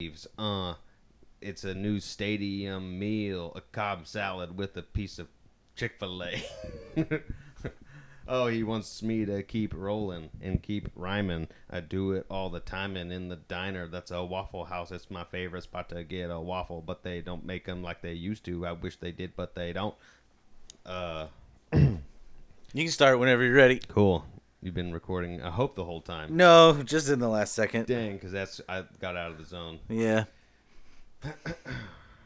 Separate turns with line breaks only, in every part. leaves. Uh, it's a new stadium meal, a cob salad with a piece of Chick fil A. oh, he wants me to keep rolling and keep rhyming. I do it all the time and in the diner. That's a waffle house. It's my favorite spot to get a waffle, but they don't make them like they used to. I wish they did, but they don't. Uh,
You can start whenever you're ready.
cool. You've been recording, I hope, the whole time.
No, just in the last second.
Dang, because that's, I got out of the zone.
Yeah.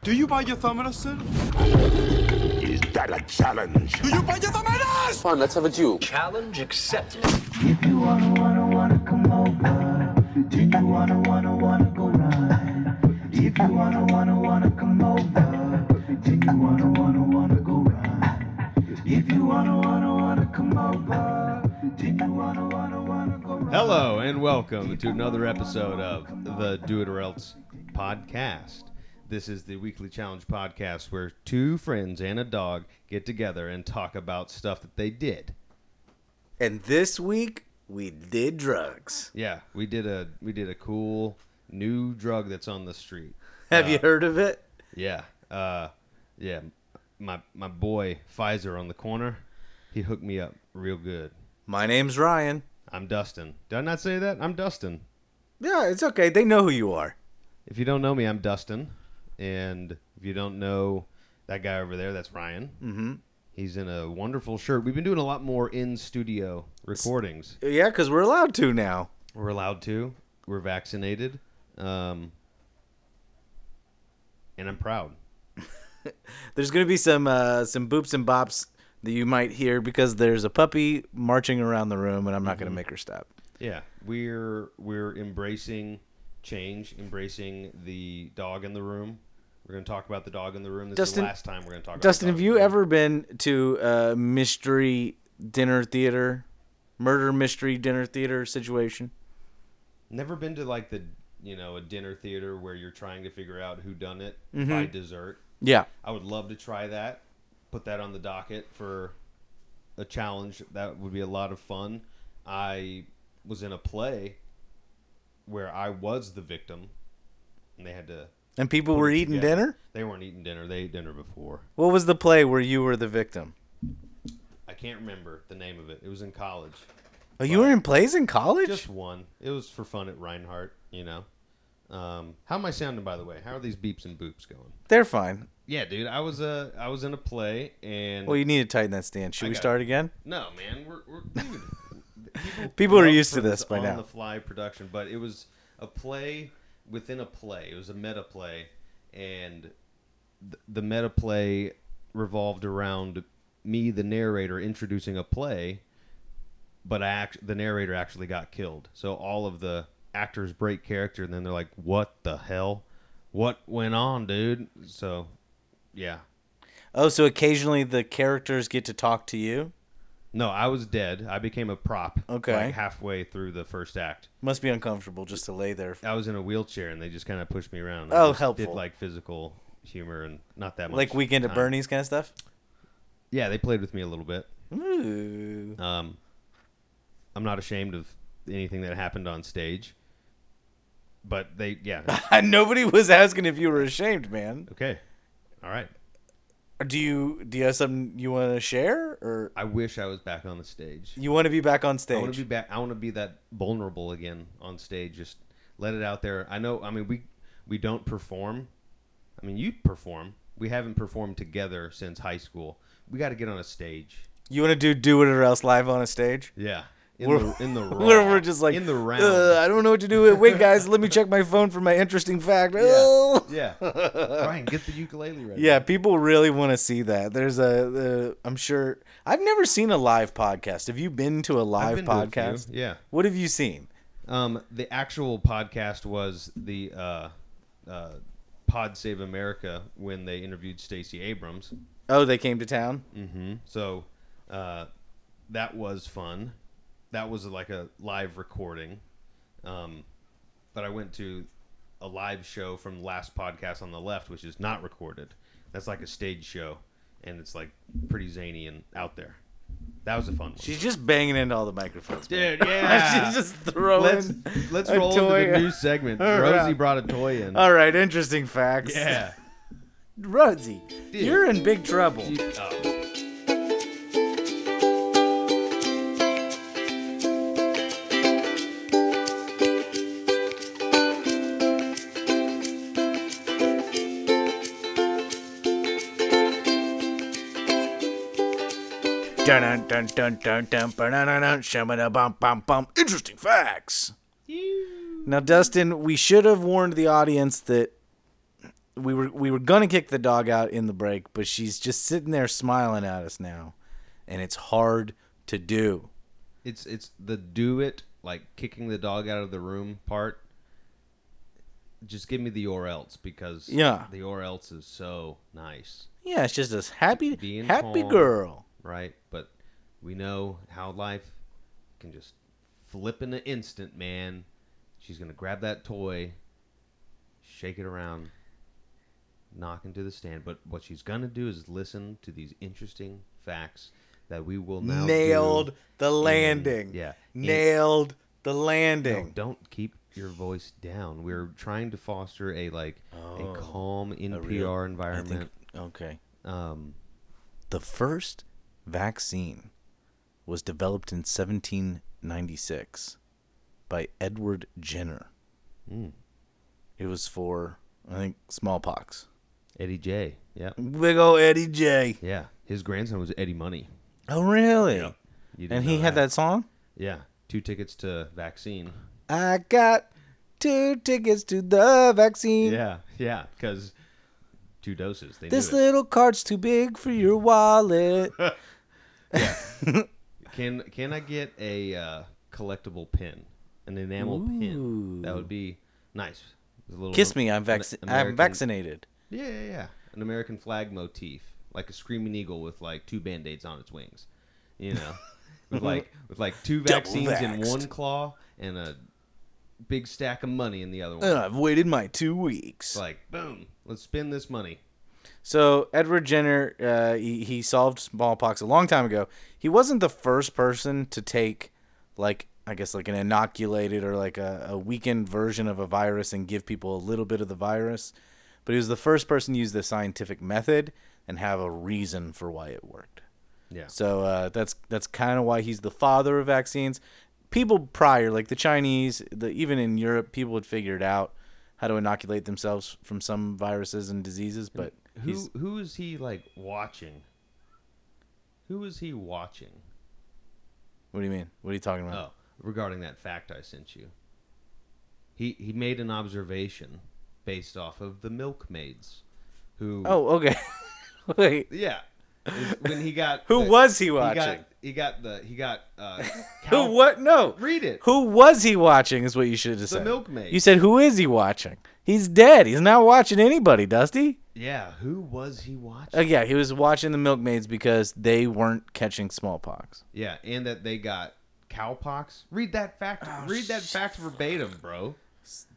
Do you buy your thumb medicine?
Is that a challenge?
Do you buy your thumb medicine?
Come on, let's have a duel.
Challenge accepted.
If you wanna, wanna, wanna come over, do you wanna, wanna, wanna go ride? If you wanna, wanna, wanna come over, do you wanna, wanna, wanna go ride? If you wanna, wanna, wanna come over, do you wanna, wanna, wanna go ride?
Hello and welcome to another episode of the Do It or Else podcast. This is the weekly challenge podcast where two friends and a dog get together and talk about stuff that they did.
And this week we did drugs.
Yeah, we did a we did a cool new drug that's on the street.
Have you heard of it?
Yeah, uh, yeah. My my boy Pfizer on the corner, he hooked me up real good.
My name's Ryan.
I'm Dustin. Did I not say that? I'm Dustin.
Yeah, it's okay. They know who you are.
If you don't know me, I'm Dustin, and if you don't know that guy over there, that's Ryan. Mm-hmm. He's in a wonderful shirt. We've been doing a lot more in studio recordings.
Yeah, because we're allowed to now.
We're allowed to. We're vaccinated, um, and I'm proud.
There's gonna be some uh, some boops and bops that you might hear because there's a puppy marching around the room, and I'm not gonna make her stop.
Yeah, we're we're embracing change, embracing the dog in the room. We're going to talk about the dog in the room. This is
Dustin-
the last time we're going to talk.
Dustin,
about the dog
have
in
you
the room.
ever been to a mystery dinner theater, murder mystery dinner theater situation?
Never been to like the you know a dinner theater where you're trying to figure out who done it
Mm-hmm.
by dessert.
Yeah.
I would love to try that. Put that on the docket for a challenge. That would be a lot of fun. I was in a play where I was the victim, and they had to.
And people were eating
Yeah.
dinner?
They weren't eating dinner. They ate dinner before.
What was the play where you were the victim?
I can't remember the name of it. It was in college.
Oh, you were in plays in college?
Just one. It was for fun at Reinhardt. You know. Um, how am I sounding, by the way? How are these beeps and boops going?
They're fine.
Yeah, dude. I was uh, I was in a play, and
Well, you need to tighten that stand. Should
I
we
got
start again?
No, man, we're, we're dude. People,
People are
love
used to
for
this by
on
now.
the fly production, but it was a play within a play. It was a meta play, and th- the meta play revolved around me, the narrator, introducing a play. But I act- the narrator actually got killed, so all of the actors break character, and then they're like, "What the hell? What went on, dude?" So, yeah,
Oh, so occasionally the characters get to talk to you?
No, I was dead. I became a prop.
Okay.
Like halfway through the first act,
Must be uncomfortable just to lay there.
I was in a wheelchair and they just kind of pushed me around.
Oh,
I just Did
helpful.
like physical humor and not that much.
Like Weekend at
time.
Bernie's kind of stuff?
Yeah, they played with me a little bit.
Ooh.
Um, I'm not ashamed of anything that happened on stage, but they yeah
Nobody was asking if you were ashamed, man.
okay, all right.
Do you do you have something you want to share or
I wish I was back on the stage.
you want to be back on
I want
stage?
to be back. I want to be that vulnerable again on stage. Just let it out there. I know. I mean, we we don't perform. I mean, you perform. We haven't performed together since high school. We got to get on a stage.
you want to do do it or else live on a stage?
Yeah, in
We're-
the in the raw,
Where we're just like
in the round.
"Ugh, I don't know what to do. Wait, guys, let me check my phone for my interesting fact. Ugh.
yeah, Brian, get the ukulele ready.
Yeah, people really want to see that. There's a, uh, I'm sure. I've never seen a live podcast. Have you been to a
I've
live
been to a few,
podcast?
yeah.
What have you seen?
Um, the actual podcast was the uh, uh, Pod Save America when they interviewed Stacey Abrams.
Oh, they came to town.
Mm. So uh, that was fun. That was like a live recording. Um, but I went to a live show from last podcast on the left, which is not recorded. That's like a stage show, and it's like pretty zany and out there. That was a fun one.
She's just banging into all the microphones. man.
Dude, yeah.
She's just throwing.
let's let's
a
roll
toy.
into the new segment.
All right.
Rosie brought a toy in.
All right, interesting facts.
yeah.
Rosie, you're in big trouble.
Oh.
Dun dun dun dun dun dun dun bum bum bum. Interesting facts. Now, Dustin, we should have warned the audience that we were we were gonna kick the dog out in the break, but she's just sitting there smiling at us now, and it's hard to do.
It's it's the do it like kicking the dog out of the room part. Just give me the or else because
Yeah.
the or else is so nice,
Yeah, it's just this happy
Being
happy
calm.
girl.
right? But we know how life can just flip in an instant, man. She's gonna grab that toy, shake it around, knock into the stand. But what she's gonna do is listen to these interesting facts that we will now do
Nailed the
in-
landing.
yeah, in-
Nailed the landing.
No, don't keep your voice down. We're trying to foster a like a calm NPR
Oh, real- I think-
environment.
okay.
um,
The first vaccine was developed in 1796 by Edward Jenner. Hmm. It was for, I think, smallpox.
Eddie J. Yeah,
Big ol' Eddie J.
yeah. His grandson was Eddie Money.
Oh, really?
You didn't
And
know
he had that song?
Yeah, two tickets to vaccine.
I got two tickets to the vaccine.
Yeah, yeah. Because two doses. They
This
knew it.
little card's too big for your wallet.
Can can I get a uh, collectible pin, an enamel pin? That would be nice. With a little
Kiss me, I'm,
an
vac- I'm
American-
vaccinated.
Yeah, yeah, yeah. An American flag motif, like a screaming eagle with like two band-aids on its wings. You know, with like with like two
Double
vaccines in
vaxxed.
one claw and a big stack of money in the other one.
Uh, I've waited my two weeks.
It's like boom, let's spend this money.
So Edward Jenner, uh, he, he solved smallpox a long time ago. He wasn't the first person to take, like I guess, like an inoculated or like a, a weakened version of a virus and give people a little bit of the virus, but he was the first person to use the scientific method and have a reason for why it worked.
Yeah.
So uh, that's that's kind of why he's the father of vaccines. People prior, like the Chinese, the, even in Europe, people had figured out how to inoculate themselves from some viruses and diseases, but. he's,
Who who is he like watching? Who is he watching?
What do you mean? What are you talking about?
Oh, regarding that fact I sent you. He he made an observation based off of the milkmaids, who
Oh, okay. Wait.
Yeah. Is When he got
Who was he watching?
He got, he got the he got uh
Who?
cow-
What? No.
Read it.
Who was he watching? Is what you should have said.
milkmaid.
You said who is he watching? He's dead. He's not watching anybody, Dusty.
Yeah, who was he watching?
Oh yeah, he was watching the milkmaids because they weren't catching smallpox.
yeah, and that they got cowpox. Read that fact
Oh,
read that fact verbatim, bro.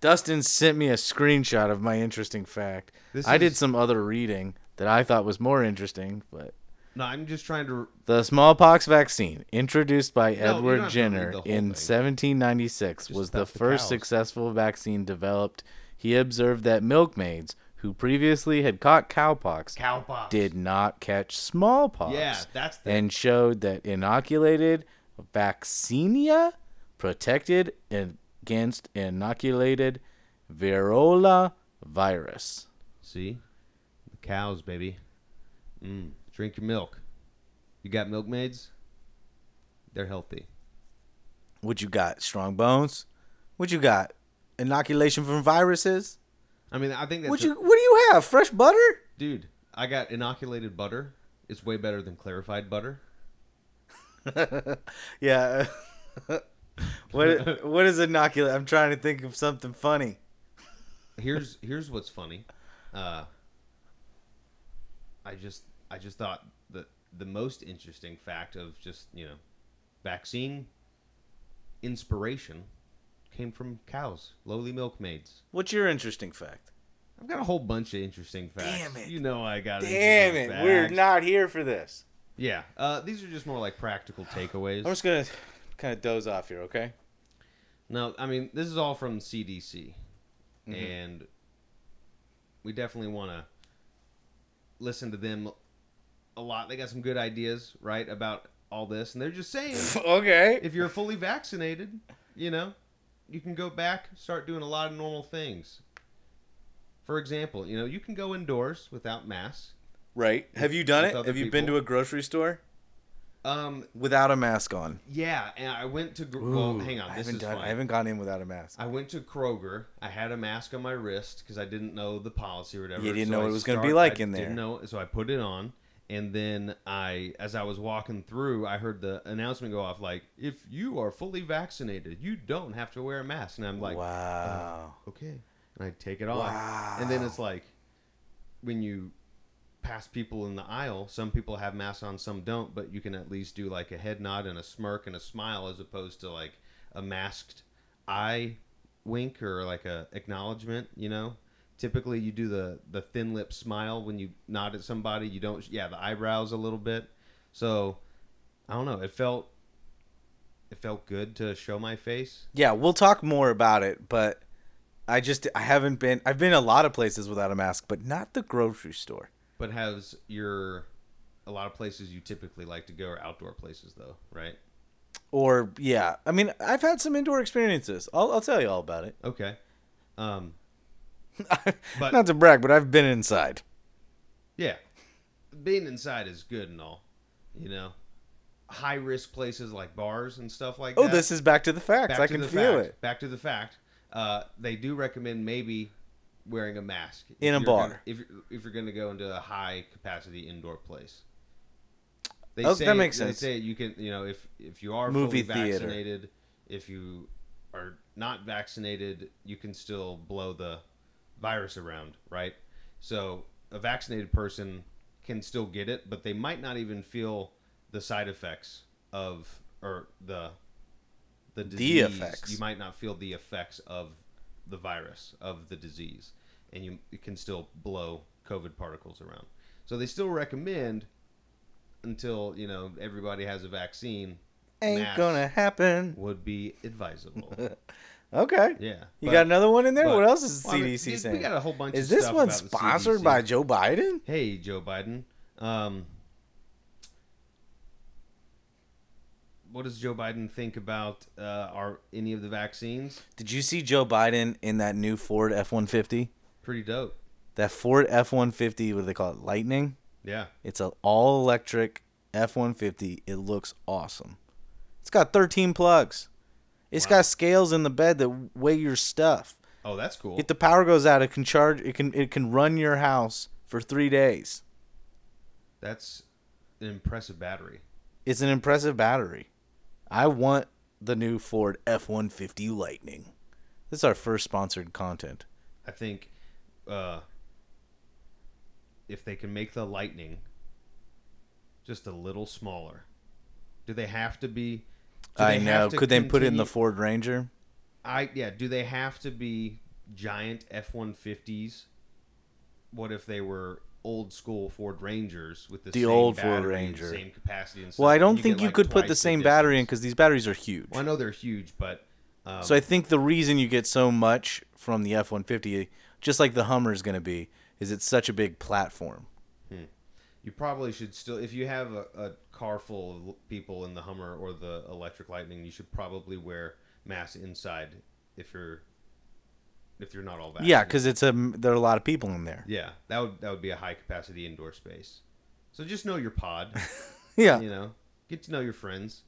Dustin sent me a screenshot of my interesting fact.
This
I did
is-
some other reading that I thought was more interesting, but
No, I'm just trying to
The smallpox vaccine, introduced by
don't have
Edward
to read
Jenner
the whole
in
thing.
1796, was the
about the
first
cows.
successful vaccine developed. He observed that milkmaids who previously had caught cowpox
cowpox.
did not catch smallpox.
Yeah, that's the-
and showed that inoculated vaccinia protected against inoculated virola virus.
See? The cows, baby. Mm, drink your milk. You got milkmaids? They're healthy.
What you got? Strong bones? What you got? Inoculation from viruses?
I mean, I think that's
What
a-
you what do you have? Fresh butter?
dude, I got inoculated butter. It's way better than clarified butter.
Yeah. what what is inoculate? I'm trying to think of something funny.
here's here's what's funny. Uh, I just I just thought the the most interesting fact of just you know, vaccine inspiration came from cows, lowly milkmaids.
What's your interesting fact?
I've got a whole bunch of interesting facts.
Damn it.
You know I got.
Damn it,
interesting
we're
facts.
not here for this.
Yeah. Uh, these are just more like practical takeaways.
I'm just gonna kind of doze off here, okay?
No, I mean this is all from CDC,
Mm-hmm.
and we definitely want to listen to them a lot. They got some good ideas, right, about all this, and they're just saying
Okay.
if you're fully vaccinated, you know, you can go back, start doing a lot of normal things. For example, you know, you can go indoors without masks.
Right. Have you done
With
it?
other
Have you been to
people.
a grocery store
Um,
without a mask on?
yeah, and I went to. Gr- well,
Ooh,
hang on,
I
this
haven't
is
done.
fun.
I haven't gone in without a mask.
I went to Kroger. I had a mask on my wrist because I didn't know the policy or whatever.
You didn't know
I
what it was gonna be
start-
like
I
in there.
Didn't know, so I put it on, and then I, as I was walking through, I heard the announcement go off like, "If you are fully vaccinated, you don't have to wear a mask." And I'm like,
wow.
"Okay," and I take it off, and then it's like, when you pass people in the aisle, some people have masks on, some don't, but you can at least do like a head nod and a smirk and a smile as opposed to like a masked eye wink or like a acknowledgement, you know? Typically you do the the thin lip smile when you nod at somebody, you don't yeah, the eyebrows a little bit. So I don't know, it felt it felt good to show my face.
Yeah, we'll talk more about it, but I just I haven't been. I've been a lot of places without a mask, but not the grocery store.
But has your a lot of places you typically like to go are outdoor places though, right?
Or yeah, I mean I've had some indoor experiences. I'll I'll tell you all about it.
Okay. Um But-
not to brag, but I've been inside.
Yeah. Being inside is good and all. You know? High risk places like bars and stuff like
Oh,
that.
this is back to the facts.
back
I
to
can
the
feel
fact,
it.
Back to the fact. Uh, they do recommend maybe wearing a mask if
In a
you're
bar.
gonna- if you're, if you're going to go into a high capacity indoor place. They
Oh,
say
that makes
they
sense.
say you can you know if if you are
Movie
fully
theater.
vaccinated, if you are not vaccinated, you can still blow the virus around, right? So a vaccinated person can still get it, but they might not even feel the side effects of or the the disease.
effects.
You might not feel the effects of the virus of the disease, and you, you can still blow COVID particles around. So they still recommend until you know everybody has a vaccine.
Ain't
masks
gonna happen.
would be advisable.
Okay.
Yeah,
You
but-
got another one in there.
but-
what else is the
Well, I mean,
CDC
dude, we
saying?
got a whole bunch
Is
of
this
stuff
one
about the
sponsored
CDC.
by Joe Biden?
Hey, Joe Biden. Um, what does Joe Biden think about uh, are any of the vaccines?
Did you see Joe Biden in that new Ford F one fifty?
Pretty dope.
That Ford F one fifty. What do they call it? Lightning.
Yeah.
It's an all electric F 150. It looks awesome. It's got 13 plugs. It's got scales in the bed that weigh your stuff.
Oh, that's cool.
If the power goes out, it can charge. It can it can run your house for three days.
That's an impressive battery.
It's an impressive battery. I want the new Ford F 150 Lightning. This is our first sponsored content.
I think uh, if they can make the lightning just a little smaller, do they have to be? do
I
they
know.
have to
Could they put in the
continue-
Ford Ranger?
I yeah. Do they have to be giant F one fifties? What if they were old school Ford Rangers with the,
The
same
old Ford
battery and
Ranger.
same capacity? And stuff,
Well, I
and
don't
get,
think you
like,
could put
twice
the same battery in
distance?
because these batteries are huge.
Well, I know they're huge, but um,
So I think the reason you get so much from the F one fifty, just like the Hummer is going to be, is it's such a big platform.
You probably should still, if you have a, a car full of l- people in the Hummer or the electric Lightning, you should probably wear masks inside if you're if you're not all vaccinated.
Yeah, because it's a there are a lot of people in there.
yeah, that would that would be a high capacity indoor space. So just know your pod,
Yeah.
you know, get to know your friends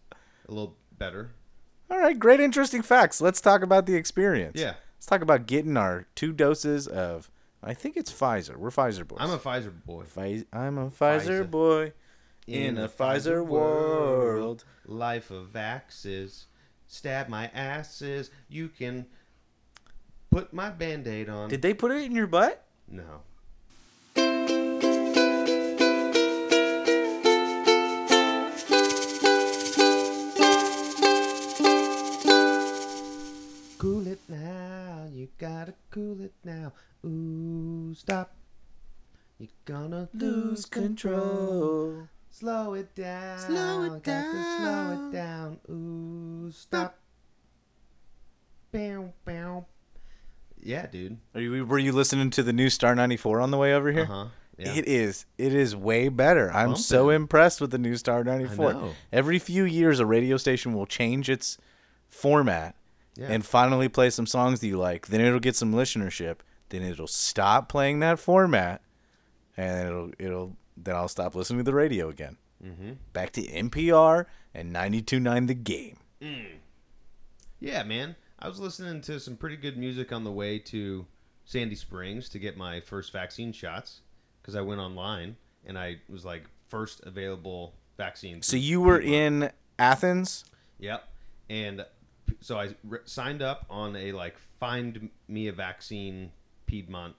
a little better.
All right, great, interesting facts. Let's talk about the experience.
Yeah.
Let's talk about getting our two doses of. I think it's Pfizer. We're Pfizer boys.
I'm a Pfizer boy.
Pfiz- I'm a Pfizer,
Pfizer.
boy in, a Pfizer, world.
Life of vaxes. Stab my asses. You can put my band aid on.
Did they put it in your butt?
no. Cool it now, you gotta cool it now. Ooh, stop. You're gonna lose control. Slow it down.
Slow it
got to Slow
down.
it down. Ooh, stop. Bow, bow. Yeah, dude.
Are you, were you listening to the new Star 94 on the way over here?
Uh huh. Yeah.
It is. It is way better. I'm so
Bumpin'.
impressed with the new Star
I
94.
know.
Every few years, a radio station will change its format
Yeah.
and finally play some songs that you like. Then it'll get some listenership. Then it'll stop playing that format, and it'll it'll then I'll stop listening to the radio again. Mm-hmm. Back to NPR and 92.9 The Game.
Yeah, man. I was listening to some pretty good music on the way to Sandy Springs to get my first vaccine shots because I went online and I was like first available vaccine.
So
through
you were
Fremont.
in Athens.
Yep. And p- so I re- signed up on a like find me a vaccine Piedmont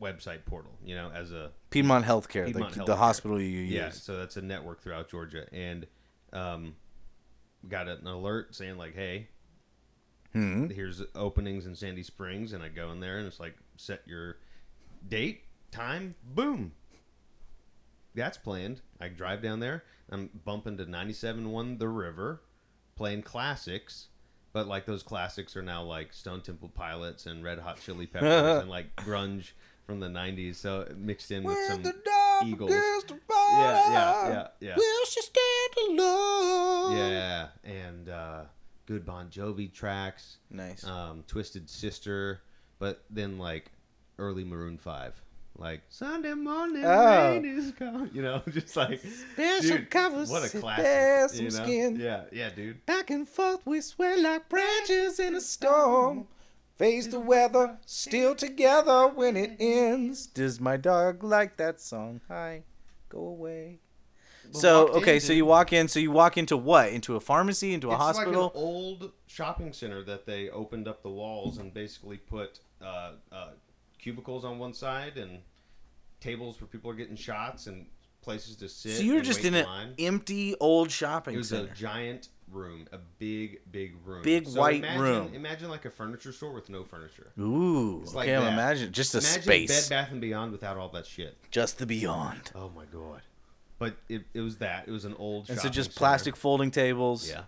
website portal, you know, as a
Piedmont Healthcare,
Piedmont
the, the
Healthcare.
hospital you use.
yeah, so that's a network throughout Georgia, and um, got an alert saying like, "Hey,
Hmm.
here's openings in Sandy Springs," and I go in there, and it's like, "Set your date, time, boom." That's planned. I drive down there. I'm bumping to 97.1 The River, playing classics, but like those classics are now like Stone Temple Pilots and Red Hot Chili Peppers and like grunge from the 90s, so mixed in with some Eagles. Yeah, yeah, yeah, yeah. Yeah, and uh, good Bon Jovi tracks,
Nice.
um, Twisted Sister, but then like early Maroon Five, like Sunday morning
Oh.
rain is coming, you know, just like
Special
dude,
covers
What a
sit
classic,
there,
you
some
know?
skin.
Yeah, yeah, dude.
Back and forth we sway like branches in a storm. Face the weather, still together when it ends. Does my dog like that song? Hi, go away. So
walked in,
okay, so
dude.
you walk in, so you walk into what? Into a pharmacy, into a
It's like
hospital.
an old shopping center that they opened up the walls and basically put uh, uh, cubicles on one side and tables where people are getting shots and places to sit.
so you're
and
just
wait
in an
line.
empty old shopping
It was
center.
a giant room, a big, big room,
Big white
imagine,
room.
Imagine like a furniture store with no furniture.
Ooh,
It's like
okay, I'm
that.
imagining just a
imagine
space,
Bed Bath and Beyond without all that shit.
just the beyond.
Oh my god! But it, it was that. It was an old.
And so
shopping
just
center.
plastic folding tables.
Yeah,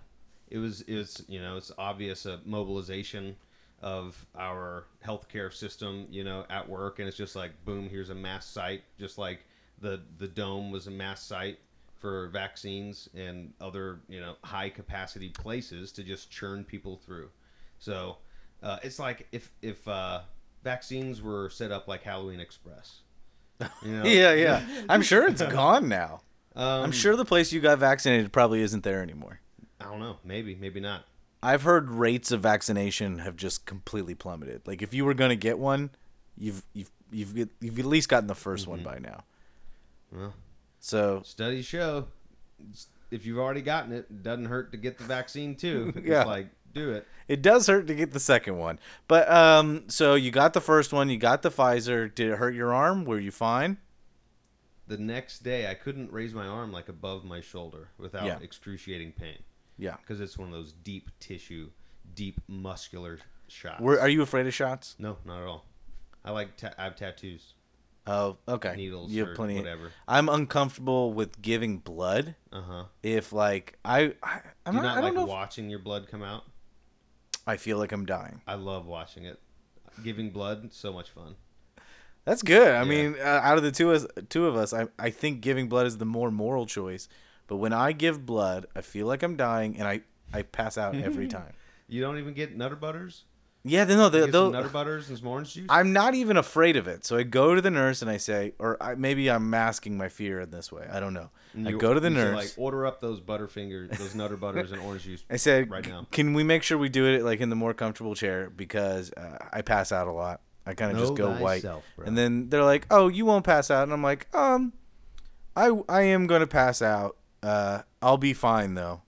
it was. It was. You know, it's obvious a mobilization of our healthcare system. You know, at work, and it's just like boom. Here's a mass site, just like the the dome was a mass site for vaccines and other you know high capacity places to just churn people through. So uh, it's like if if uh, vaccines were set up like Halloween Express. You know?
Yeah, yeah. I'm sure it's gone now.
Um,
I'm sure the place you got vaccinated probably isn't there anymore.
I don't know. Maybe. Maybe not.
I've heard rates of vaccination have just completely plummeted. Like if you were going to get one, you've you've you've you've at least gotten the 1st one by now.
Mm-hmm. Well.
So
studies show if you've already gotten it, it doesn't hurt to get the vaccine too. It's
Yeah.
like do it.
it does hurt to get the second one. But um so you got the first one, you got the Pfizer. Did it hurt your arm? Were you fine?
The next day, I couldn't raise my arm like above my shoulder without
Yeah.
excruciating pain
Yeah.
because it's one of those deep tissue, deep muscular shots.
Were, are you afraid of shots?
no, not at all. I like ta- I have tattoos.
Oh, okay.
Needles or whatever.
I'm uncomfortable with giving blood.
Uh huh.
If like I, I I'm
Do you
not,
not
I don't
like
know. if-
watching your blood come out?
I feel like I'm dying.
I love watching it. Giving blood, so much fun.
That's good. I mean, uh, out of the two us, two of us, I, I think giving blood is the more moral choice. But when I give blood, I feel like I'm dying, and I, I pass out every
Mm-hmm.
time.
You don't even get nutter butters.
Yeah, they- no,
You
they,
get some
they'll,
nutter butters and some orange juice.
I'm not even afraid of it. So I go to the nurse and I say, or I, maybe I'm masking my fear in this way. I don't know. I
You-
go to the
you should,
nurse.
Like order up those butterfingers, those nutter butters and orange juice.
I said,
right
"C-
now.
can we make sure we do it like in the more comfortable chair because uh, I pass out a lot. I kind of
Know
just go white.
thyself, bro.
And then they're like, "Oh, you won't pass out," and I'm like, "Um, I I am gonna pass out. Uh, I'll be fine though."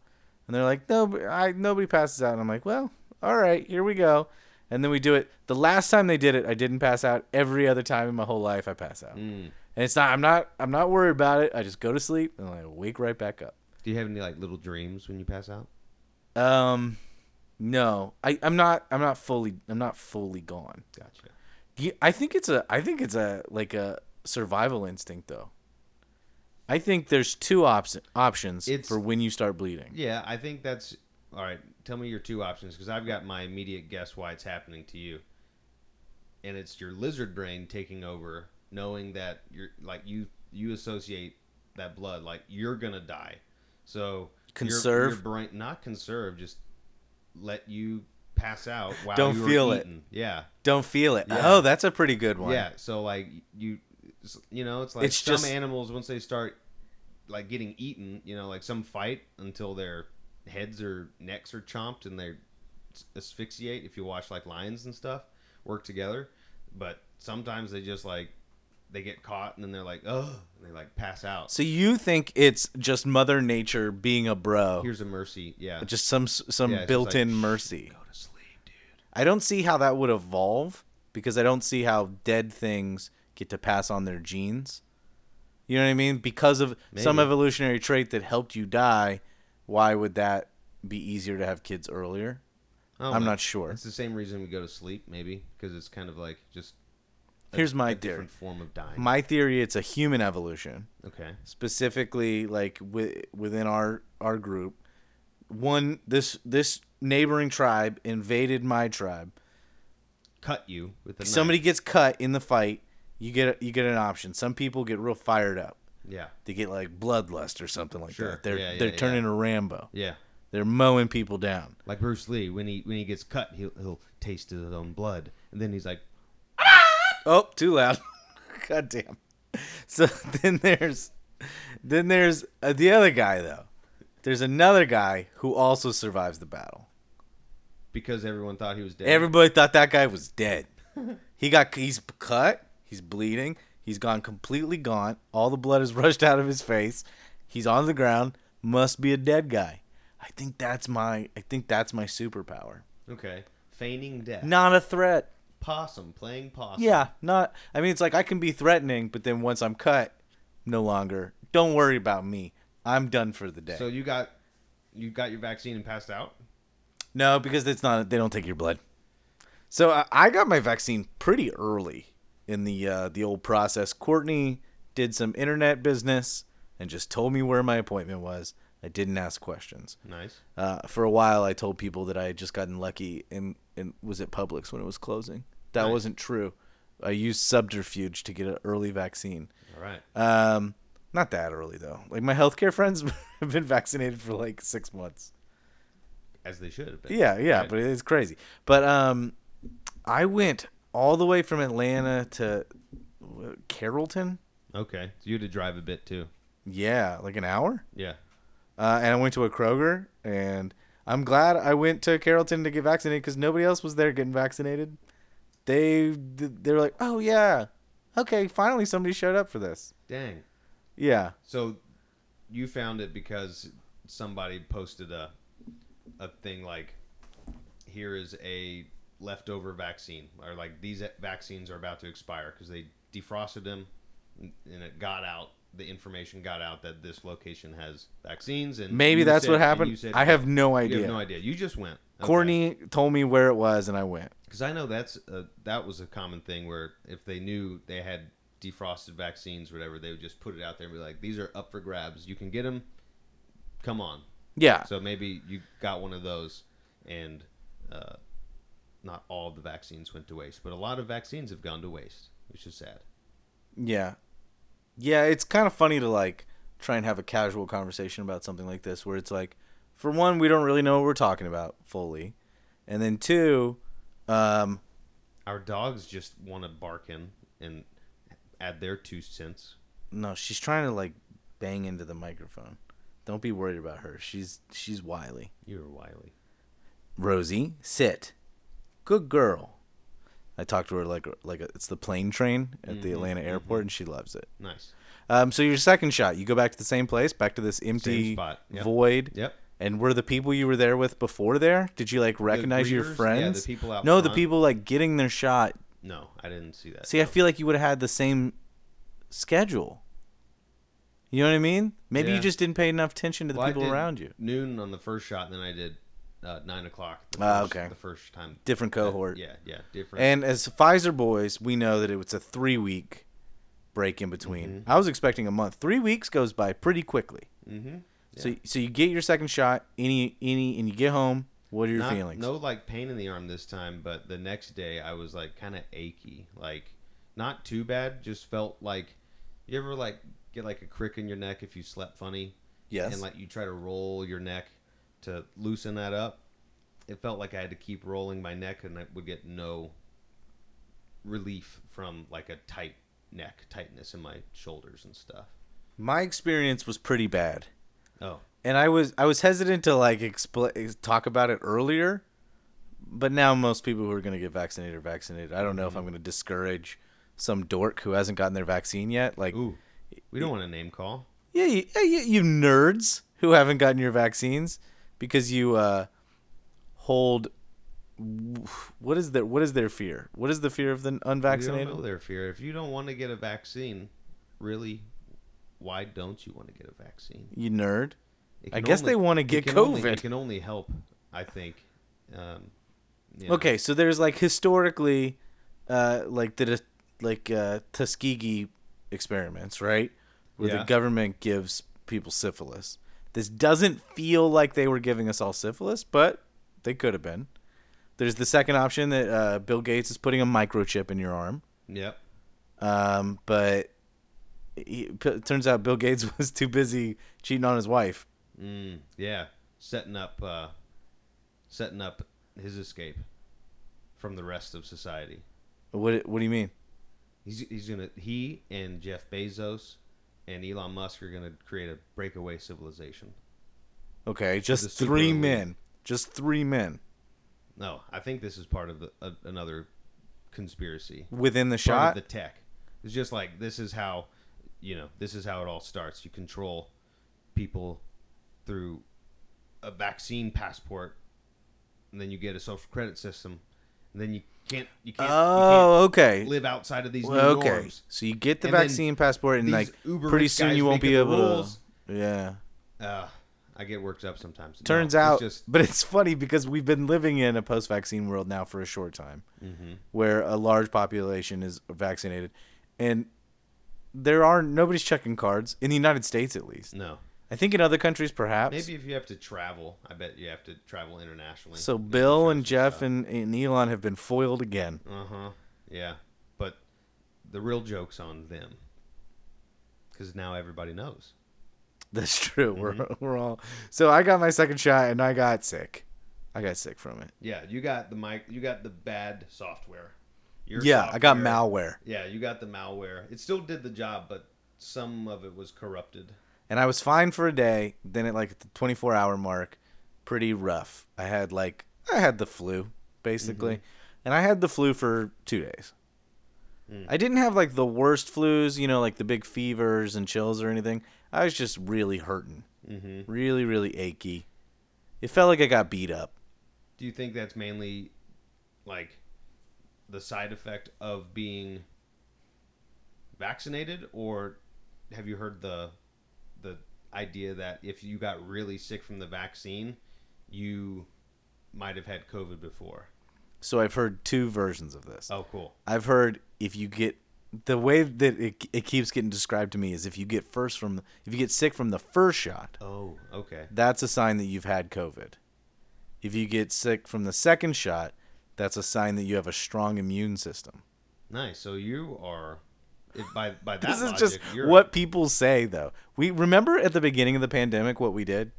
And they're like, "No, but I nobody passes out." And I'm like, "Well, all right, here we go." And then we do it. The last time they did it, I didn't pass out. Every other time in my whole life, I pass out.
Mm.
And it's not. I'm not. I'm not worried about it. I just go to sleep and I wake right back up.
Do you have any like little dreams when you pass out?
Um, no, I, I'm not. I'm not fully. I'm not fully gone.
Gotcha.
Ye- I think it's a. I think it's a like a survival instinct though. I think there's two ops- options
It's-
for when you start bleeding.
Yeah, I think that's all right. Tell me your two options because I've got my immediate guess why it's happening to you, and it's your lizard brain taking over, knowing that you're like you you associate that blood like you're gonna die, so your- your,
Conserve?
brain not conserve just let you pass out while
Don't
you were
feel it.
eating. Yeah,
Don't feel it.
Yeah.
Oh, that's a pretty good one.
yeah. So like you, you know, it's like
It's
some
just-
animals once they start like getting eaten, you know, like some fight until their heads or necks are chomped and they asphyxiate. If you watch like lions and stuff work together, but sometimes they just like they get caught and then they're like oh, and they like pass out.
So you think it's just Mother Nature being a bro?
Here's a mercy, yeah.
just some some
Yeah, it's just
built-in
like, "Shh,
mercy. I don't see how that would evolve because I don't see how dead things get to pass on their genes. You know what I mean? Because of some
Maybe.
evolutionary trait that helped you die, why would that be easier to have kids earlier?
I don't
I'm
know.
not sure.
Oh, It's the same reason we go to sleep, maybe, because it's kind of like just
Here's my
a
theory.
different form of dying.
My theory it's a human evolution.
okay,
specifically like wi- within our our group one this this neighboring tribe invaded my tribe
cut you with a knife.
somebody gets cut in the fight you get a, you get an option some people get real fired up
Yeah,
they get like bloodlust or something like
Sure.
that they're
Yeah, yeah,
they're
yeah.
turning a rambo
yeah.
they're mowing people down
Like Bruce Lee, when he when he gets cut, he'll he'll taste his own blood, and then he's like,
oh too loud god damn so then there's then there's uh, the other guy though there's another guy who also survives the battle
because everyone thought he was dead.
Everybody thought that guy was dead. He got he's cut, he's bleeding, he's gone completely gaunt. All the blood has rushed out of his face. He's on the ground, must be a dead guy. I think that's my I think that's my superpower.
okay, feigning death.
Not a threat.
possum playing possum.
Yeah, not I mean it's like I can be threatening, but then once I'm cut, no longer. Don't worry about me. I'm done for the day.
So you got you got your vaccine and passed out.
No, because it's not. They don't take your blood. So I, I got my vaccine pretty early in the uh, the old process. Courtney did some internet business and just told me where my appointment was. I didn't ask questions.
Nice.
Uh, for a while, I told people that I had just gotten lucky and, and was at Publix when it was closing. That
Nice.
wasn't true. I used subterfuge to get an early vaccine.
All right.
Um, not that early though. Like my healthcare friends have been vaccinated for like six months.
As they should have been.
Yeah, yeah,
Right.
but it's crazy. But um, I went all the way from Atlanta to uh, Carrollton.
Okay. So you had to drive a bit too.
Yeah, like an hour.
Yeah.
Uh, and I went to a Kroger, and I'm glad I went to Carrollton to get vaccinated because nobody else was there getting vaccinated. They they're like, oh yeah, okay, finally somebody showed up for this.
Dang.
Yeah,
So you found it because somebody posted a a thing like here is a leftover vaccine or like these vaccines are about to expire because they defrosted them and it got out the information got out that this location has vaccines and
maybe
you
that's
said-
what
and
happened.
you said-
I have no
you
idea.
have no idea you just went
Courtney told me where it was, and I went.
because I know that's a, that was a common thing where if they knew they had defrosted vaccines, or whatever, they would just put it out there and be like, "These are up for grabs. You can get them. Come on."
Yeah,
So maybe you got one of those, and uh, not all of the vaccines went to waste, but a lot of vaccines have gone to waste, which is sad.
Yeah. Yeah, it's kind of funny to like try and have a casual conversation about something like this where it's like for one, we don't really know what we're talking about fully. And then two, um
Our dogs just want to bark in and add their two cents.
no, she's trying to like bang into the microphone. Don't be worried about her. She's she's wily.
You're wily.
Rosie, sit. Good girl. I talked to her like like a, it's the plane train at the Atlanta airport and she loves it.
Nice.
Um, so your second shot, you go back to the same place, back to this empty
spot, yep.
void.
Yep.
And were the people you were there with before there? Did you like recognize your
greeters?
friends?
Yeah, the people out
No, the
front.
people like getting their shot.
No, I didn't see that.
See, I feel like you would have had the same schedule. You know what I mean? Maybe
Yeah.
you just didn't pay enough attention to the
Well, I
people
did
around you.
Noon on the first shot, and then I did uh, nine o'clock. The
Ah,
first,
okay.
The first time.
Different cohort.
Yeah, yeah, different.
And as Pfizer boys, we know that it was a three week break in between.
Mm-hmm.
I was expecting a month. Three weeks goes by pretty quickly. So so you get your second shot, any any, and you get home. What are your
Not-
feelings?
No, like pain in the arm this time, but the next day I was like kind of achy, like not too bad, just felt like you ever like get like a crick in your neck if you slept funny.
Yes.
And like you try to roll your neck to loosen that up. It felt like I had to keep rolling my neck, and I would get no relief from like a tight neck tightness in my shoulders and stuff.
My experience was pretty bad.
Oh,
and I was I was hesitant to like explain talk about it earlier, but now most people who are going to get vaccinated are vaccinated. I don't know if I'm going to discourage some dork who hasn't gotten their vaccine yet. Like,
ooh, we don't want a name call.
yeah, you, yeah, you, you nerds who haven't gotten your vaccines because you uh, hold what is their what is their fear? What is the fear of the
We don't know
unvaccinated?
their fear. If you don't want to get a vaccine, really, why don't you want to get a vaccine?
You nerd.
It
I
can
guess they wanna
it
get
can only-
COVID.
it can only help, I think. Um, you know.
Okay, so there's like historically, uh, like the like uh, Tuskegee experiments, right? Where the
Yeah.
government gives people syphilis. This doesn't feel like they were giving us all syphilis, but they could have been. There's the second option that uh, Bill Gates is putting a microchip in your arm,
Yep.
um, but he, p- it turns out Bill Gates was too busy cheating on his wife.
Mm, yeah. Setting up, uh, setting up his escape from the rest of society.
What What do you mean?
He's he's gonna he and Jeff Bezos and Elon Musk are gonna create a breakaway civilization.
Okay, just
super
three
elite.
men, just three men
No, I think this is part of the, a, another conspiracy.
within the
part
shot.
of the tech. It's just like this is how, you know, this is how it all starts. You control people through a vaccine passport, and then you get a social credit system, and then you can't you can't,
Oh,
you
okay.
can't live outside of these new
Well, okay.
norms.
So you get the
And then
vaccine passport, and
these
like
uber
pretty
rich
soon
guys
you won't
making
be
the
able
rules.
to. Yeah.
Uh, I get worked up sometimes. No, it's
Turns out,
just
but it's funny because we've been living in a post-vaccine world now for a short time,
Mm-hmm.
where a large population is vaccinated, and there are nobody's checking cards in the United States, at least.
no.
I think in other countries, perhaps.
Maybe if you have to travel, I bet you have to travel internationally.
So Bill and Jeff and, and Elon have been foiled again.
Uh huh. Yeah, but the real joke's on them because now everybody knows.
That's true.
Mm-hmm.
We're we're all. So I got my second shot, and I got sick. I got sick from it.
Yeah, you got the mic. You got the bad software. Your
yeah, I got
software-
malware.
Yeah, you got the malware. It still did the job, but some of it was corrupted.
and I was fine for a day. Then at like the 24 hour mark, pretty rough. I had like I had the flu basically, and I had the flu for two days. I didn't have like the worst flus, you know, like the big fevers and chills or anything. I was just really hurting, really, really achy. It felt like I got beat up.
Do you think that's mainly like the side effect of being vaccinated, or have you heard the the idea that if you got really sick from the vaccine, you might have had COVID before?
So I've heard two versions of this.
Oh, cool.
I've heard if you get the way that it, it keeps getting described to me is if you get first from if you get sick from the first shot,
Oh, okay.
that's a sign that you've had COVID. If you get sick from the second shot, that's a sign that you have a strong immune system.
Nice. So you are if by by that
This is
logic,
just
you're,
what people say, though. We remember at the beginning of the pandemic what we did.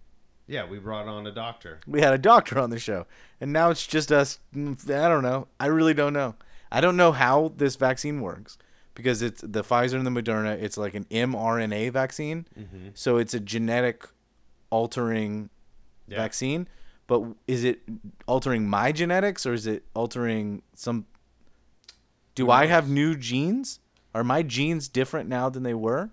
Yeah, we brought on a doctor.
We had a doctor on the show, and now it's just us. mm, I don't know. I really don't know. I don't know how this vaccine works because it's the Pfizer and the Moderna. It's like an mRNA vaccine,
Mm-hmm.
so it's a genetic altering
Yeah.
vaccine. But is it altering my genetics or is it altering some? Do I have new genes? Are my genes different now than they were?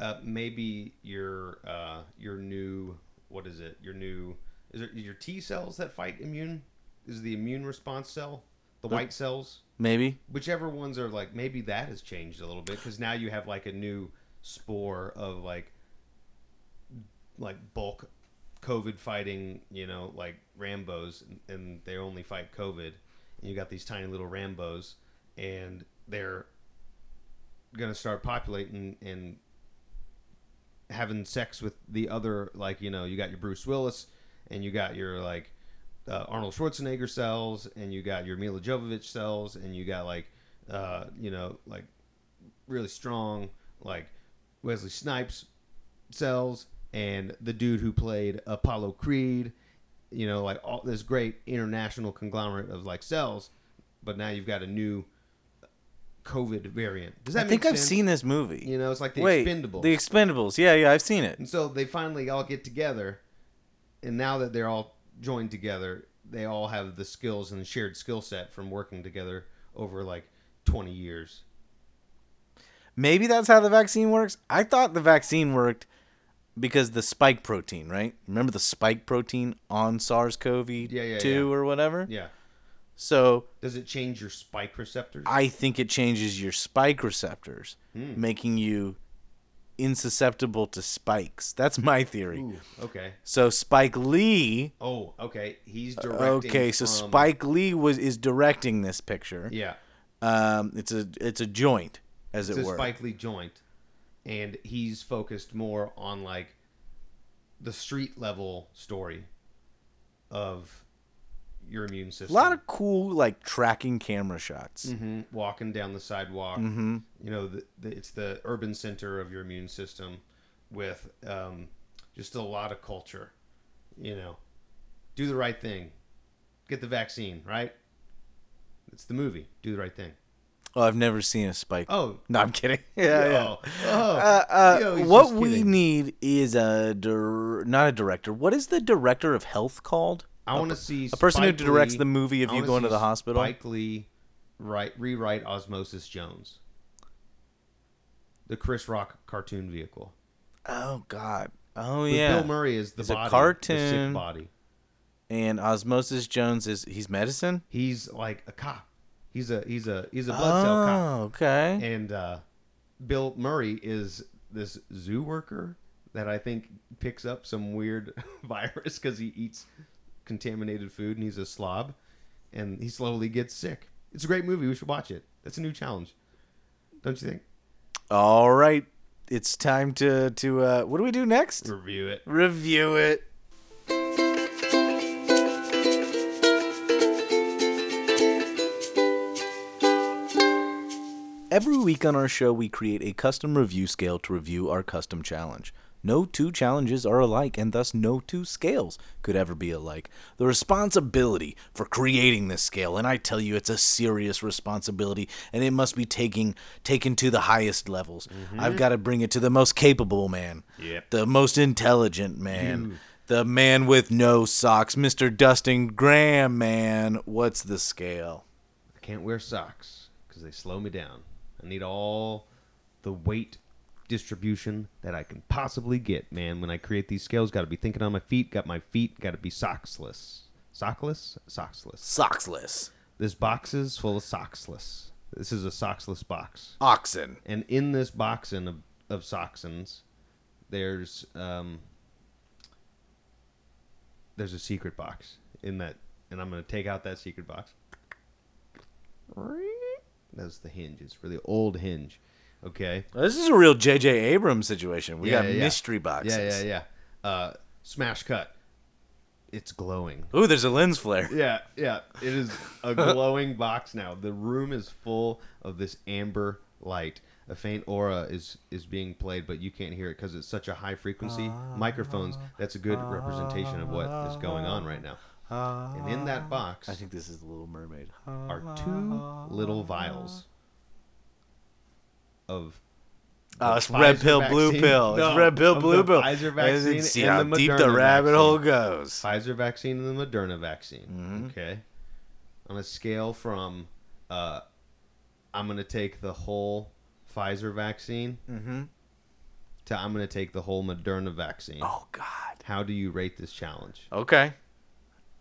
Uh, maybe your uh, your new what is it? Your new is it your T cells that fight immune? Is the immune response cell the white cells?
Maybe.
Whichever ones are like maybe that has changed a little bit because now you have like a new spore of like like bulk COVID fighting, you know, like Rambo's, and- and they only fight COVID. And you got these tiny little Rambo's, and they're gonna start populating and having sex with the other like you know you got your Bruce Willis and you got your like uh, Arnold Schwarzenegger cells and you got your Mila Jovovich cells and you got like uh, you know like really strong like Wesley Snipes cells and the dude who played Apollo Creed you know like all this great international conglomerate of like cells but now you've got a new uh, COVID variant does that
I think
make
I've
sense?
seen this movie.
you know it's like the
Wait,
Expendables
The Expendables. Yeah, yeah, I've seen it.
and so they finally all get together, and now that they're all joined together, they all have the skills and shared skill set from working together over like 20 years.
Maybe that's how the vaccine works. I thought the vaccine worked because the spike protein, right? Remember the spike protein on SARS-CoV-2
Yeah, yeah, yeah.
or whatever?
Yeah.
So
Does it change your spike receptors?
I think it changes your spike receptors,
Hmm.
making you insusceptible to spikes. That's my theory.
Ooh, okay.
So Spike Lee,
Oh, okay. He's directing.
Uh, okay, so
from-
Spike Lee was is directing this picture.
Yeah.
Um, it's a it's a joint, as
It's
it
a
were.
Spike Lee joint, and he's focused more on like the street level story of your immune
A
system.
lot of cool like tracking camera shots.
Mhm. walking down the sidewalk.
Mm-hmm.
You know, the, the, it's the urban center of your immune system with um, just a lot of culture. You know, do the right thing, get the vaccine, right? It's the movie. Do the right thing.
Oh, I've never seen a Spike.
Oh,
no, I'm kidding. Yeah, yeah.
Oh, oh,
Uh, uh,
yo, he's
what
just
we
kidding.
need is a dir- not a director. What is the director of health called?
I want to see
a person who
Spike
directs
Lee-
the movie of
I
you
wanna
going to
see
the hospital?
Spike Lee, write rewrite Osmosis Jones, the Chris Rock cartoon vehicle.
Oh God. Oh
With
yeah.
Bill Murray is the
He's a
body, the
cartoon.
sick body.
and Osmosis Jones is he's medicine.
He's like a cop. He's a he's a he's a blood cell cop.
oh, okay.
And uh, Bill Murray is this zoo worker that I think picks up some weird virus because he eats contaminated food and he's a slob, and he slowly gets sick. It's a great movie. We should watch it. That's a new challenge, don't you think?
All right. It's time to to uh, what do we do next?
Review it.
Review it. Every week on our show, we create a custom review scale to review our custom challenge. No two challenges are alike, and thus no two scales could ever be alike. The responsibility for creating this scale, and I tell you, it's a serious responsibility, and it must be taking taken to the highest levels. I've got to bring it to the most capable man,
Yep.
the most intelligent man, the man with no socks, Mister Dustin Graham. Man, what's the scale?
I can't wear socks because they slow me down. I need all the weight distribution that I can possibly get, man. When I create these scales, got to be thinking on my feet. Got my feet. Got to be socksless. Sockless? Socksless.
Socksless
This box is full of socksless. This is a socksless box.
oxen.
And in this boxin of, of socksins, there's um, there's a secret box in that, and I'm gonna take out that secret box. That's the hinge. It's a really old hinge. Okay.
This is a real J.J. Abrams situation. We
Yeah,
got
yeah, yeah.
mystery boxes.
Yeah, yeah, yeah. Uh, smash cut. It's glowing.
Ooh, there's a lens flare.
Yeah, yeah. It is a glowing box now. The room is full of this amber light. A faint aura is is being played, but you can't hear it because it's such a high frequency
Ah.
microphones. That's a good representation of what is going on right now. And in that box
I think this is the Little Mermaid.
are two little vials of.
Oh,
the
it's red
Pfizer
pill, blue
vaccine-
pill.
No,
it's red pill,
of
blue
the
pill.
Pfizer
And
vaccine
see
and
how
the
deep the
Moderna
rabbit hole
vaccine.
goes.
Pfizer vaccine and the Moderna vaccine.
Mm-hmm.
Okay. On a scale from, uh, I'm going to take the whole Pfizer vaccine
Mm-hmm.
to I'm going to take the whole Moderna vaccine.
Oh God.
How do you rate this challenge?
Okay.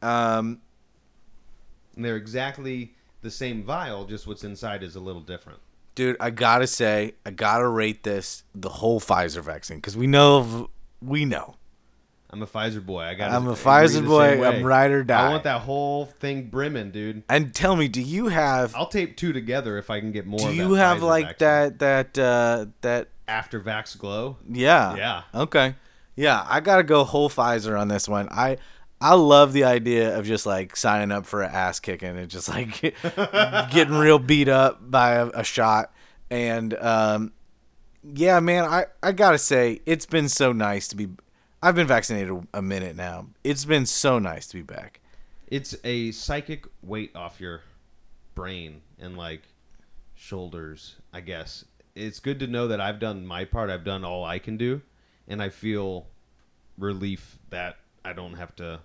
Um.
And they're exactly the same vial, just what's inside is a little different.
Dude, I gotta say, I gotta rate this the whole Pfizer vaccine because we know of, we know
I'm a Pfizer boy. I got.
I'm a Pfizer
Pfizer
boy. I'm ride or die.
I want that whole thing brimming, dude.
And tell me, do you have
I'll tape two together if I can get more.
do
of
you have
Pfizer
like
vaccine.
that that uh that
after Vax Glow?
yeah.
Yeah.
Okay. Yeah, I got to go whole Pfizer on this one. I I love the idea of just like signing up for an ass kicking and just like getting real beat up by a, a shot and um yeah, man, I I got to say it's been so nice to be I've been vaccinated a minute now. It's been so nice to be back.
It's a psychic weight off your brain and like shoulders, I guess. It's good to know that I've done my part. I've done all I can do, and I feel relief that I don't have to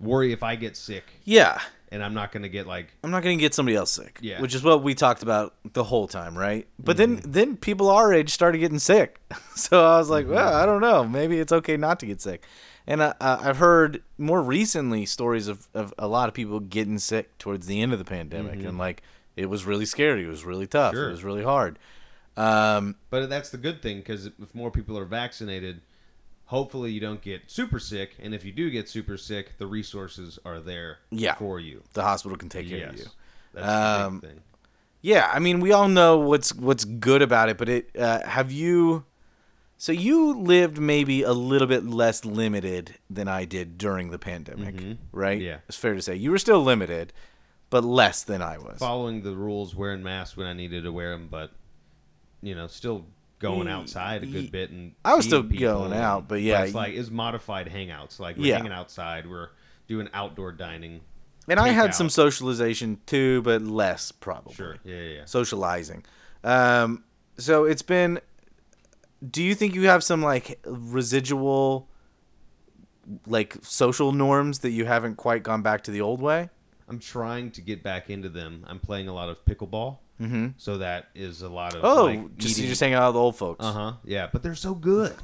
worry if I get sick
Yeah.
and I'm not going to get like
I'm not gonna get somebody else sick.
Yeah. Mm-hmm.
Which is what we talked about the whole time, right? But then then people our age started getting sick, so I was like, well,
Mm-hmm.
I don't know. Maybe it's okay not to get sick. And I, I- I've heard more recently stories of, of a lot of people getting sick towards the end of the pandemic, and like it was really scary. It was really tough.
Mm-hmm. Sure.
It was really hard. Um,
But that's the good thing because if more people are vaccinated, hopefully you don't get super sick. And if you do get super sick, the resources are there
Yeah.
for you.
the hospital can take care
Yes.
of you.
That's
Um,
the big thing.
Yeah, I mean, we all know what's what's good about it, but it uh, have you? So you lived maybe a little bit less limited than I did during the pandemic, right?
Mm-hmm. Yeah.
it's fair to say you were still limited, but less than I was.
Following the rules, wearing masks when I needed to wear them, but, you know, still going outside a good bit. And
Mm, I was
seeing
still going
people.
out, but yeah,
It's like, it's modified hangouts. Like, we're
Yeah.
hanging outside, we're doing outdoor dining.
and I had
takeout.
some socialization too, but less probably.
Sure. Yeah, yeah, yeah.
socializing. Um, so it's been. Do you think you have some like residual, like social norms that you haven't quite gone back to the old way?
I'm trying to get back into them. I'm playing a lot of pickleball. Mm-hmm. So that is a lot of.
Oh,
like,
just
eating-
you just hanging out with old folks.
Uh huh. Yeah, but they're so good,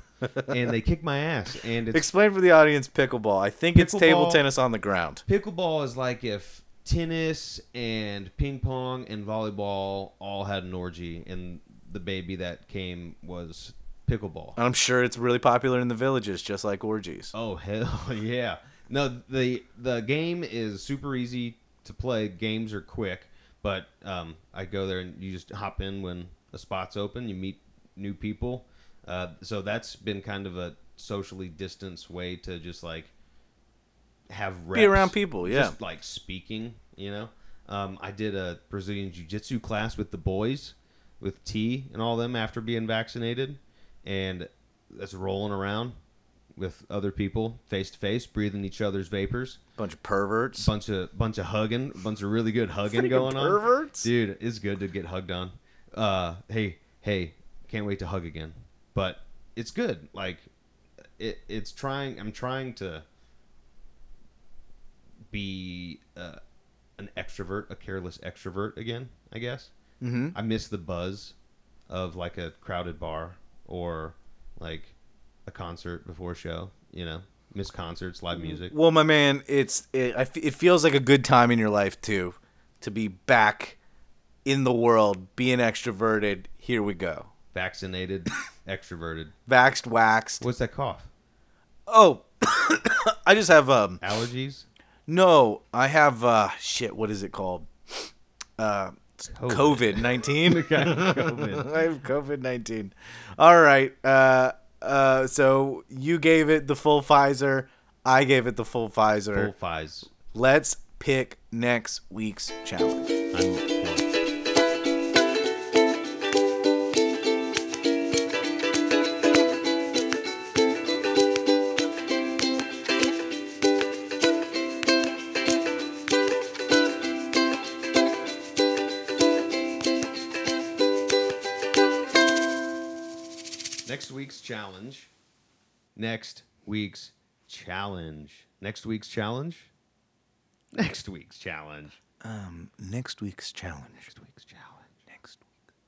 and they kick my ass. And it's
Explain for the audience pickleball. I think it's table
Pickleball-
tennis on the ground.
pickleball is like if tennis and ping pong and volleyball all had an orgy, and the baby that came was pickleball.
I'm sure it's really popular in the villages, just like orgies.
Oh hell yeah! No, the the game is super easy to play. Games are quick, but um, I go there and you just hop in when a spot's open. You meet new people, uh, so that's been kind of a socially distanced way to just like have reps.
Be around people, yeah.
Just like speaking, you know. Um, I did a Brazilian jiu-jitsu class with the boys, with T and all them after being vaccinated, and that's rolling around with other people face to face, breathing each other's vapors.
Bunch of perverts.
Bunch of bunch of hugging, bunch of really good hugging
Freaking
going
perverts.
on. Dude, it's good to get hugged on. Uh, hey, hey, can't wait to hug again. But it's good. Like, it, it's trying. I'm trying to be uh, an extrovert, a careless extrovert again. I guess. Mm-hmm. I miss the buzz of like a crowded bar or like a concert before a show. You know, miss concerts, live music.
Well, my man, it's it, I f- it feels like a good time in your life too, to be back in the world, being extroverted. Here we go,
vaccinated, extroverted.
vaxxed, waxed.
What's that cough?
Oh, I just have um
Allergies?
no, I have uh shit. What is it called? Uh, COVID nineteen.
COVID.
I have COVID nineteen. All right. Uh, uh, so you gave it the full Pfizer. I gave it the full Pfizer.
Full fives.
Let's pick next week's challenge.
I'm- Next week's challenge. Next week's challenge. Next week's challenge. Next week's challenge.
Um, Next week's challenge.
Next week's challenge.
Next week.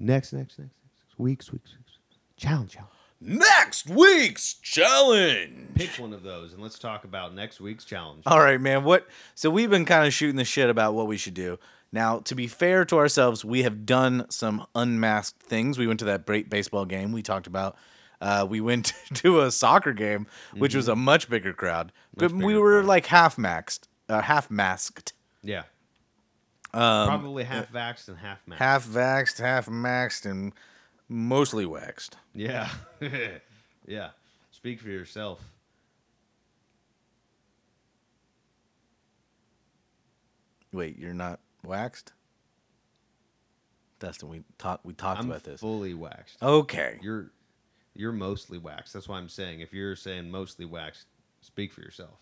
Next, next, next, next, next. Weeks, weeks, weeks. Challenge, challenge.
Next week's challenge.
Pick one of those and let's talk about next week's challenge.
All right, man. What? So we've been kind of shooting the shit about what we should do. Now, to be fair to ourselves, we have done some unmasked things. We went to that great baseball game we talked about. Uh, we went to a soccer game, which was a Mm-hmm. much bigger crowd, but we
bigger
were
crowd.
like half maxed, uh, half masked,
Yeah. Probably half vaxxed and half masked.
um, uh, half vaxxed, half maxed, and mostly waxed.
yeah. yeah. Speak for yourself.
Wait, you're not waxed? Dustin, we talked. We talked
I'm
about this.
fully waxed.
Okay.
You're you're mostly waxed. That's why I'm saying if you're saying mostly waxed, speak for yourself.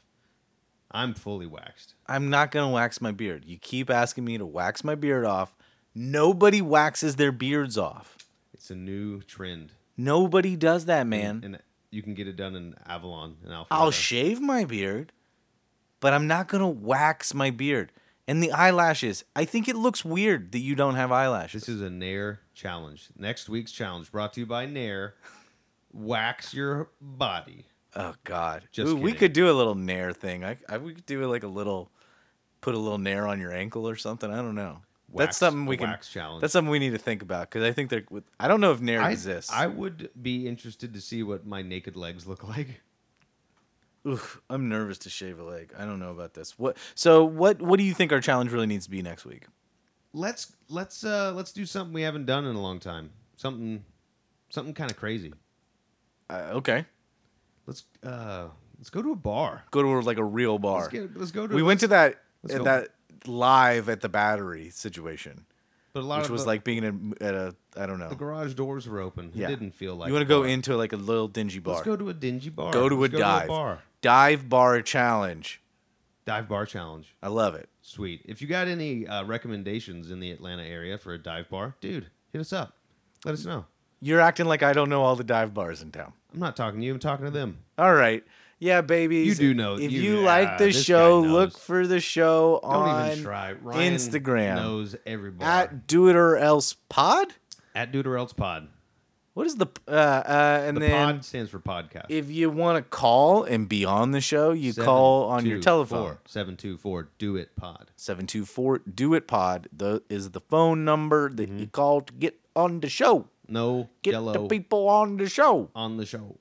I'm fully waxed.
I'm not gonna wax my beard. You keep asking me to wax my beard off. Nobody waxes their beards off.
It's a new trend.
Nobody does that, man.
And you can get it done in Avalon and Alpha.
I'll shave my beard, but I'm not gonna wax my beard. And the eyelashes. I think it looks weird that you don't have eyelashes.
This is a Nair challenge. Next week's challenge brought to you by Nair. Wax your body.
oh God.
Just
Ooh, we
kidding.
could do a little nair thing. I, I we could do like a little, put a little nair on your ankle or something. I don't know. that's
Wax-
something we
a
can.
wax challenge.
That's something we need to think about because I think they're. with- I don't know if nair
I,
exists.
I would be interested to see what my naked legs look like.
Oof, I'm nervous to shave a leg. I don't know about this. What? So what? What do you think our challenge really needs to be next week?
Let's let's uh let's do something we haven't done in a long time. Something something kind of crazy.
Uh, okay,
Let's uh let's go to a bar.
go to like a real bar.
Let's, get, let's go to
we went to that
let's go.
that live at the battery situation,
but a lot
which
of
was
the,
like being in a, at a I don't know.
the garage doors were open.
Yeah.
It didn't feel like
you want
a
to go
bar.
into like a little dingy bar.
Let's go to a dingy bar.
Go to a
Let's
dive
bar.
dive bar challenge.
Dive bar challenge.
I love it.
Sweet. If you got any uh, recommendations in the Atlanta area for a dive bar, dude, hit us up. Let us know.
You're acting like I don't know all the dive bars in town.
I'm not talking to you. I'm talking to them.
All right. Yeah, baby.
You do know-
If
you-
you,
yeah,
like the
this guy
show, look
knows.
for the show
Don't
on
even try. Ryan
Instagram
knows every bar. At,
at Do It or Else Pod.
Dude or Else Pod.
What is the uh, uh and
The
then
pod stands for podcast.
if you want to call and be on the show, you call on your telephone.
Seven two four. Do it pod.
724 Do It Pod the, is the phone number that you call to get on the show.
No
Get
Mm-hmm. yellow
the people on the show.
on the show.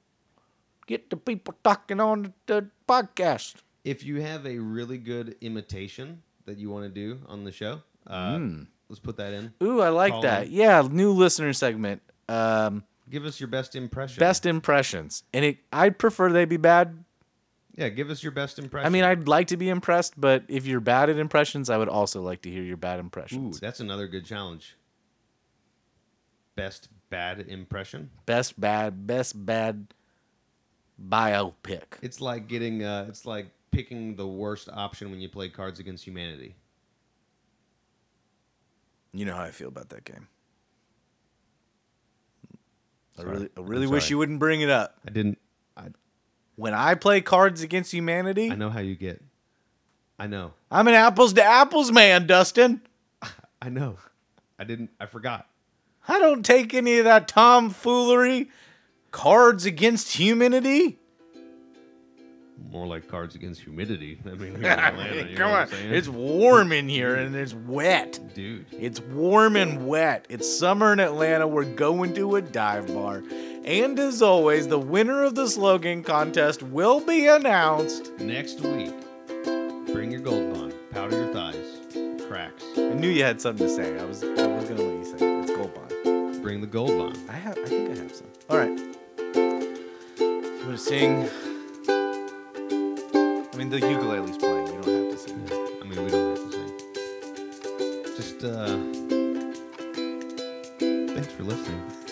Get the people talking on the podcast.
If you have a really good imitation that you want to do on the show, uh,
Hmm.
let's put that in.
Ooh, I like
Call
that.
in.
Yeah, new listener segment. Um,
Give us your best impression.
best impressions. And it, I'd prefer they be bad.
Yeah, give us your best impression.
I mean, I'd like to be impressed, but if you're bad at impressions, I would also like to hear your bad
Ooh,
impressions.
that's another good challenge. Best bad impression.
best bad, best bad biopic.
It's like getting. Uh, it's like picking the worst option when you play Cards Against Humanity.
You know how I feel about that game.
Sorry.
I really, I
I'm
really wish
sorry.
you wouldn't bring it up.
I didn't. I,
When I play Cards Against Humanity,
I know how you get. I know.
I'm an apples to apples man, Dustin.
I know. I didn't. I forgot.
I don't take any of that tomfoolery. Cards Against Humanity.
More like Cards Against Humidity. I mean, here in Atlanta, you know
Come
what
on,
I'm saying?
it's warm in here and it's wet.
dude.
It's warm and wet. It's summer in Atlanta. We're going to a dive bar. And as always, the winner of the slogan contest will be announced.
Next week, bring your gold bond, powder your thighs, cracks.
I knew you had something to say. I was, I was going to let you say it. It's gold bond.
Bring the gold bond.
I have, I think I have some. All right. You want to sing? I mean, the ukulele's playing. You don't have to sing.
I mean, we don't have to sing. Just, uh. Thanks for listening.